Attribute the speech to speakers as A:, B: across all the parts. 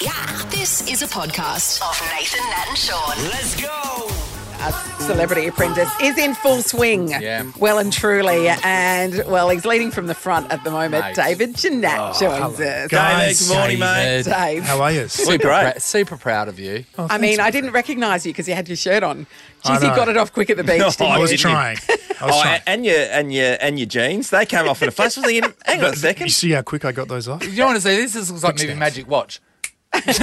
A: Yeah. This is a podcast of Nathan, Nat, and Sean.
B: Let's go.
C: Our Celebrity Apprentice is in full swing.
D: Yeah.
C: Well and truly. And, well, he's leading from the front at the moment.
D: Mate. Oh,
C: David Janat joins us.
B: David, good morning, mate.
D: David.
C: Dave.
E: How are you?
D: Super,
B: great.
D: prou- super proud of you.
C: I mean, I didn't recognise you because you had your shirt on.
E: I
C: Jeez, you
E: know.
C: got it off quick at the beach.
B: No,
C: didn't
E: I
C: you?
E: was
B: didn't
E: trying. I was
B: Oh,
E: trying.
B: and, and your and your and your jeans, they came off in a flash. I was thinking, hang on a
E: You
B: second.
E: see how quick I got those off?
D: You don't want to say this? This looks like movie
E: Quickstep.
D: Magic Watch. He's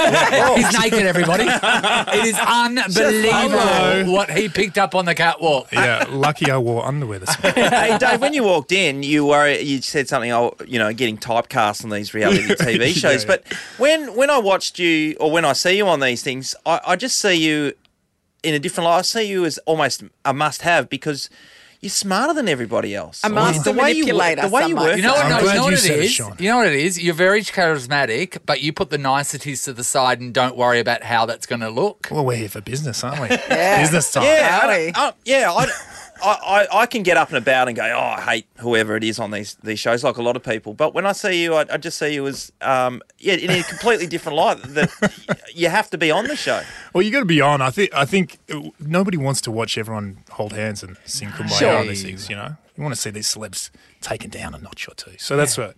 D: naked, everybody. It is
E: hello.
D: unbelievable what he picked up on the catwalk.
E: Yeah, lucky I wore underwear this morning.
B: hey, Dave, when you walked in, you were you said something. Oh, you know, getting typecast on these reality TV
E: Yeah,
B: shows.
E: yeah.
B: But when when I watched you, or when I see you on these things, I, I just see you in a different light. I see you as almost a must-have because you're smarter than everybody else.
C: A master
B: the way you wo-
C: manipulator,
B: The way you
C: someone.
B: work,
D: You know what,
E: I'm
D: no, you
E: glad
D: know
E: you
D: what it
E: said it,
D: is?
E: Sean.
D: you know what it is? You're very charismatic, but you put the niceties to the side and don't worry about how that's going to look.
E: well, we're here for business, aren't we? Business time.
B: Yeah, I
C: Howdy.
B: don't- I, yeah. I, I, I, I can get up and about and go. Oh, I hate whoever it is on these these shows, like a lot of people. But when I see you, I, I just see you as um, yeah, in a completely different light. That you have to be on the show.
E: Well, you got to be on. I think. I think uh, nobody wants to watch everyone hold hands and sing
D: Ah,
E: kumbaya
C: Sure.
E: on these things. You know, you want to see these celebs taken down a notch or two. So that's what.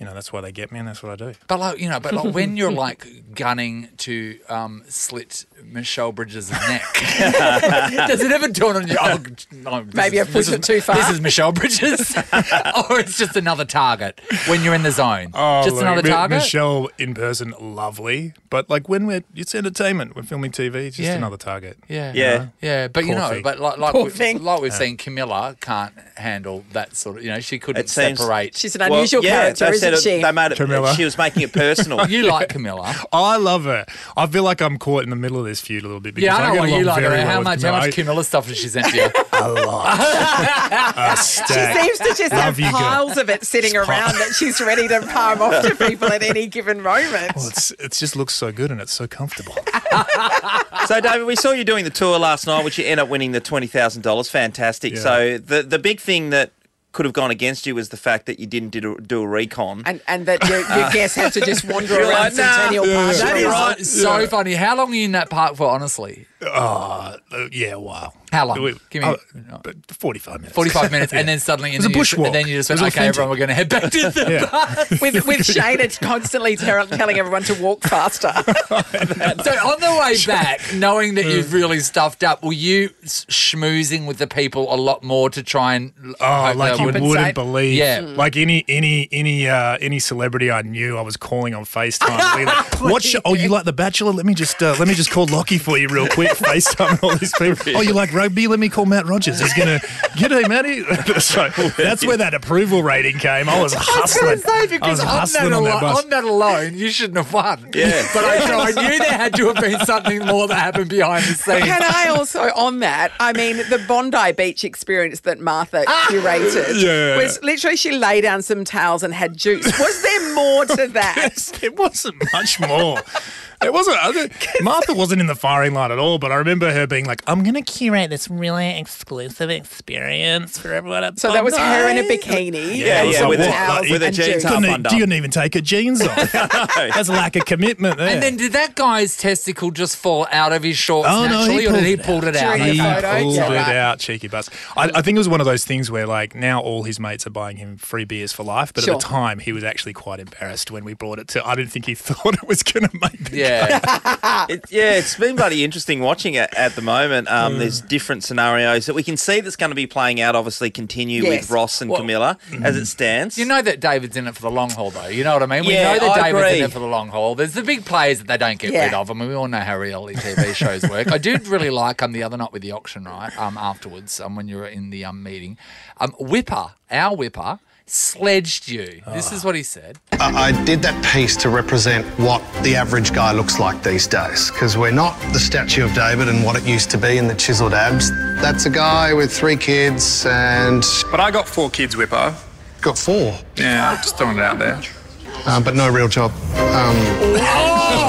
E: You know, that's why they get me, and that's what I do.
D: But like you know, but like when you're like gunning to um, slit Michelle Bridges' neck, does it ever dawn on you? Oh, no, this
C: Maybe
D: is-
C: I've pushed
D: this
C: it
D: is-
C: too far."
D: This is Michelle Bridges, or it's just another target when you're in the zone. just
E: Oh, look,
D: another
E: Mi-
D: target.
E: Michelle in person, lovely, but like when we're it's entertainment, we're filming TV, it's just
D: Yeah.
E: another target.
D: Yeah,
B: Yeah.
D: yeah, but you
E: Poor
D: know,
E: thing.
D: but like like,
C: Poor
D: we,
C: thing.
D: like we've seen, Camilla can't handle that sort of. You know, she couldn't
B: It seems-
D: separate.
C: She's an unusual
B: yeah,
C: character,
B: they
C: isn't
B: said it-
C: she?
B: They made it.
E: Camilla.
B: She was making it personal.
D: you like Camilla?
E: I love her. I feel like I'm caught in the middle of this feud a little bit. Because
D: Yeah, I know
E: get
D: what you
E: along
D: like.
E: very
D: about her.
E: well
D: How
E: with
D: much? How
E: Camilla.
D: much Camilla stuff has she sent to you?
E: a lot. a
C: She
E: uh, stack.
C: seems to just have
E: Love you, girl.
C: piles of it sitting around that she's ready to palm off to people at any given moment.
E: well, it's, it just looks so good and it's so comfortable.
B: so, David, we saw you doing the tour last night, which you end up winning the twenty thousand dollars. Fantastic.
E: Yeah.
B: So, the the big thing that could have gone against you was the fact that you didn't do, a- do a recon.
C: And, and that your, your guests have to just wander around
B: like, nah,
C: Centennial Park.
D: That is
C: Right.
D: so funny. How long are you in that park for, honestly?
E: Uh, yeah, wow.
D: How long?
E: We-
D: Give me-
E: oh, but 45 minutes.
D: 45 minutes, and then suddenly,
E: It was
D: and then,
E: a
D: you,
E: bushwalk.
D: and then you just
E: It
D: went,
E: was
D: okay, everyone,
E: authentic.
D: we're going to head back to the
E: Yeah.
C: With, with Shane, it's constantly ter- telling everyone to walk faster.
D: So on the way back, knowing that
E: Mm.
D: you've really stuffed up, were you s- schmoozing with the people a lot more to try and?
E: Oh, like you
C: would-
E: wouldn't
C: Compensate.
E: believe.
D: Yeah.
E: Like any any any uh, any celebrity I knew, I was calling on FaceTime. Be like, what show? Oh, you like The Bachelor? Let me just uh, let me just call Lockie for you real quick. FaceTime all these people. Oh, you like rugby? Let me call Matt Rogers. He's gonna get him, Matty. so that's where that approval rating came. I was hustling.
D: I was going to say,
E: I was
D: because on that,
E: hustling on that
D: alo-
E: bus.
D: on that alone, you shouldn't have won.
B: Yeah.
D: But I, I knew there had to have been something more that happened behind the
C: Can
D: scenes.
C: I also, on that, I mean, the Bondi Beach experience that Martha curated
E: Ah! Yeah.
C: was literally she lay down some towels and had juice. Was there more to that?
E: Yes, it wasn't much more. It wasn't. I don't- Martha wasn't in the firing line at all, but I remember her being like, "I'm gonna curate this really exclusive experience for everyone." At
C: So that was
E: Bondi."
C: her in a bikini
B: Yeah,
C: and
B: yeah,
C: some
B: with a-
C: towels
E: with
B: a
C: and
B: jean
C: juice.
B: top.
E: Couldn't
B: Up
E: e-
B: and up.
E: didn't even take her jeans off. That's lack of commitment there.
D: And then did that guy's testicle just fall out of his shorts
E: Oh, no, he
D: naturally, or did he
E: pulled
D: pull it out?
C: During the
E: he
D: Okay.
C: photo,
E: pulled
C: yeah,
E: it
C: right.
E: out, cheeky bus. I, I think it was one of those things where, like, now all his mates are buying him free beers for life. But
C: Sure.
E: at the time, he was actually quite embarrassed when we brought it to. I didn't think he thought it was going to make. The
D: Yeah.
B: It, yeah, it's been bloody interesting watching it at the moment. Um,
E: Mm.
B: There's different scenarios that we can see that's going to be playing out. Obviously, continue
C: Yes.
B: with Ross and
D: Well,
B: Camilla
E: Mm-hmm.
B: as it stands.
D: You know that David's in it for the long haul, though. You know what I mean?
B: Yeah,
D: we know that
B: I
D: David's
B: agree.
D: in it for the long haul. There's the big players that they don't get
C: Yeah.
D: rid of. I mean, we all know how reality TV shows work. I did really like um, the other night with the auction, right? Um, afterwards, um, when you were in the um, meeting, um, Whipper, our Whipper, sledged you. This is what he said.
F: I I did that piece to represent what the average guy looks like these days, because we're not the statue of David and what it used to be in the chiseled abs. That's a guy with three kids and
G: But I got four kids, Whippo.
F: got four,
G: Yeah, just throwing it out there.
F: um, but no real job. Um,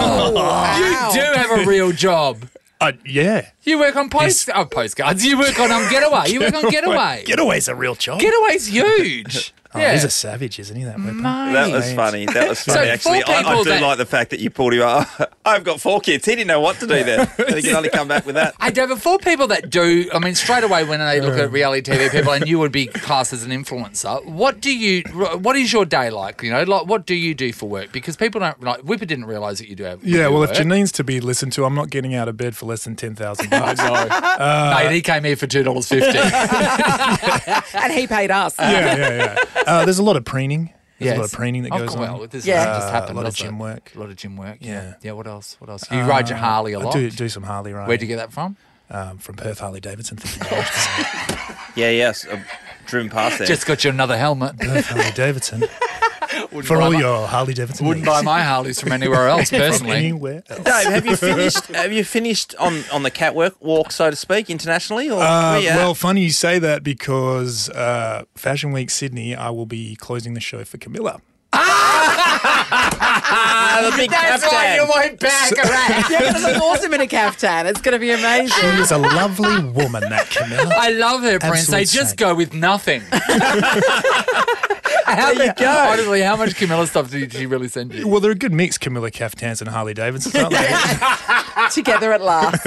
C: Wow.
D: You do have a real job.
E: Uh, yeah.
D: You work on post- uh, oh, postcards. You work on um, Getaway. You work on Getaway.
E: Getaway's a real job.
D: Getaway's huge.
E: Oh,
D: Yeah.
E: He's a savage, isn't he? That whipper.
B: That was funny. That was
D: So
B: funny.
D: four
B: Actually, I, I
D: people
B: do
D: that-
B: like the fact that you pulled him up. I've got four kids. He didn't know what to do there. He can only come back with that.
D: I David, for people that do, I mean, straight away when they look at reality TV people, and you would be classed as an influencer. What do you? What is your day like? You know, like what do you do for work? Because people don't like Whipper didn't realise that you do have.
E: Yeah,
D: do
E: well, if
D: work.
E: Janine's to be listened to, I'm not getting out of bed for less than ten thousand bucks.
D: No,
E: Uh,
D: mate, he came here for two dollars fifty.
C: And he paid us.
E: yeah, yeah, yeah. Uh, there's a lot of preening. There's a lot of preening that
D: Oh,
E: goes
D: well,
E: on.
D: This
C: Yeah.
D: yeah, just
E: Uh,
D: happened.
E: a lot of
D: doesn't
E: gym
D: it?
E: work.
D: A lot of gym work.
E: Yeah. Uh,
D: Yeah. Yeah. What else? What else? You ride your Harley a
E: I
D: lot.
E: do do some Harley riding.
D: Where'd you get that from?
E: um, from Perth Harley Davidson? Thinking,
B: Yeah, yes. I've driven past there.
D: Just got you another helmet.
E: Perth Harley Davidson. For all your Harley Davidson.
D: Wouldn't buy my Harleys from anywhere else personally.
E: anywhere. else.
B: Dave, have you finished? Have you finished on on the cat work walk, so to speak, internationally? Or
E: Uh,
B: where you at?
E: Well, funny you say that because uh, Fashion Week Sydney, I will be closing the show for Camilla.
B: Ah, the big
D: That's why
B: captain.
D: you went back around.
C: You're going to look awesome in a caftan. It's going to be
E: She
C: amazing.
E: is a lovely woman, that Camilla.
D: I love her, Prince. They
E: Absolute
D: just
E: saint.
D: go with nothing. how there you go. Honestly, how much Camilla stuff did she really send you?
E: well, they're a good mix, Camilla Caftans and Harley Davidson, aren't they? Ah.
C: Together at last.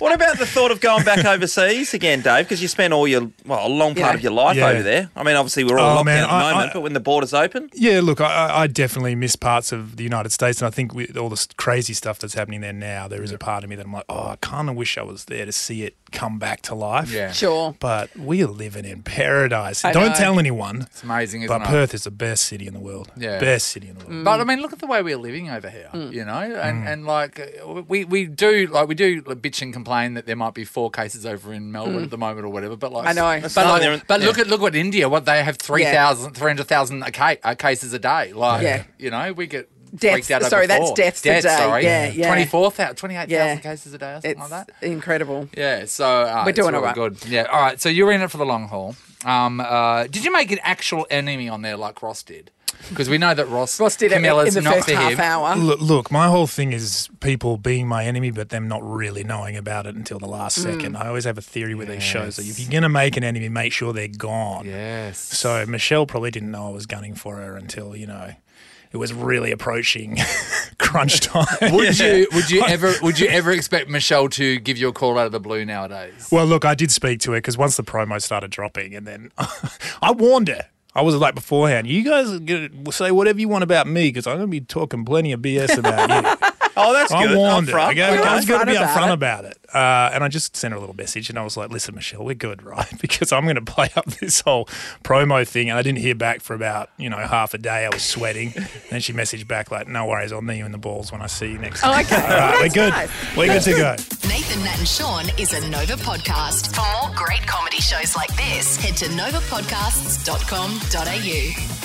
B: What about the thought of going back overseas again, Dave? Because you spent all your well, a long part
C: Yeah.
B: of your life
E: Yeah.
B: over there. I mean, obviously we're all
E: Oh,
B: locked
E: man,
B: down at the
E: I- I-
B: moment, but when the borders open,
E: Yeah, look, I, I- I definitely miss parts of the United States, and I think with all this crazy stuff that's happening there now, there is a part of me that I'm like, oh, I kind of wish I was there to see it come back to life.
D: Yeah.
C: Sure.
E: But we are living in paradise.
C: I
E: Don't
C: know.
E: tell anyone.
D: It's amazing, isn't
E: But
D: it?
E: Perth is the best city in the world.
D: Yeah.
E: Best city in the world.
D: But I mean, look at the way we're living over here,
C: Mm.
D: you know, and and like uh, we we do like we do bitch and complain that there might be four cases over in Melbourne at the moment or whatever. But like
C: Mm. I know.
D: but,
C: That's
B: fine,
D: like,
B: they're in-
D: but
B: yeah.
D: look at look at India, what they have 3,000, 300,000 a ca- uh, cases a day. Like
C: Yeah.
D: you know, we get.
C: Deaths,
D: freaked out over
C: sorry, that's
D: four.
C: deaths a
D: deaths
C: day.
D: Sorry,
C: Yeah, yeah.
D: 24,000, 28,000
C: Yeah.
D: cases a day or something
C: It's
D: like that.
C: incredible.
D: Yeah, so uh,
C: We're
D: it's
C: doing
D: all
C: alright.
D: Good. Yeah, all right. So you were in it for the long haul. Um, uh, did you make an actual enemy on there like Ross did? Because we know that Ross,
C: Ross did it in
D: Camilla's
C: the
D: not
C: first
D: for
C: half
D: him.
C: hour.
E: Look, look, my whole thing is people being my enemy, but them not really knowing about it until the last
D: Mm.
E: second. I always have a theory with these shows that if you're going to make an enemy, make sure they're gone.
D: Yes.
E: So Michelle probably didn't know I was gunning for her until you know it was really approaching crunch time.
D: would you would you ever would you ever expect Michelle to give you a call out of the blue nowadays?
E: well, look, I did speak to her because once the promo started dropping, and then I warned her. I was like beforehand, you guys are gonna say whatever you want about me because I'm going to be talking plenty of BS about you.
B: oh, that's
E: I
B: good.
E: warned
B: Up
E: her. I
B: front.
E: go-
B: Okay.
E: I was going to be
C: upfront
E: upfront
C: about
E: about it. Uh, and I just sent her a little message and I was like, listen, Michelle, we're good, right? Because I'm going to play up this whole promo thing. And I didn't hear back for about, you know, half a day. I was sweating. and then she messaged back, like, no worries, I'll knee you in the balls when Oh, I see you next time.
C: okay.
E: All right, we're good.
C: nice.
E: We're good to go.
A: Nathan, Nat, and Sean is a Nova podcast. For more great comedy shows like this, head to novapodcasts.com.au.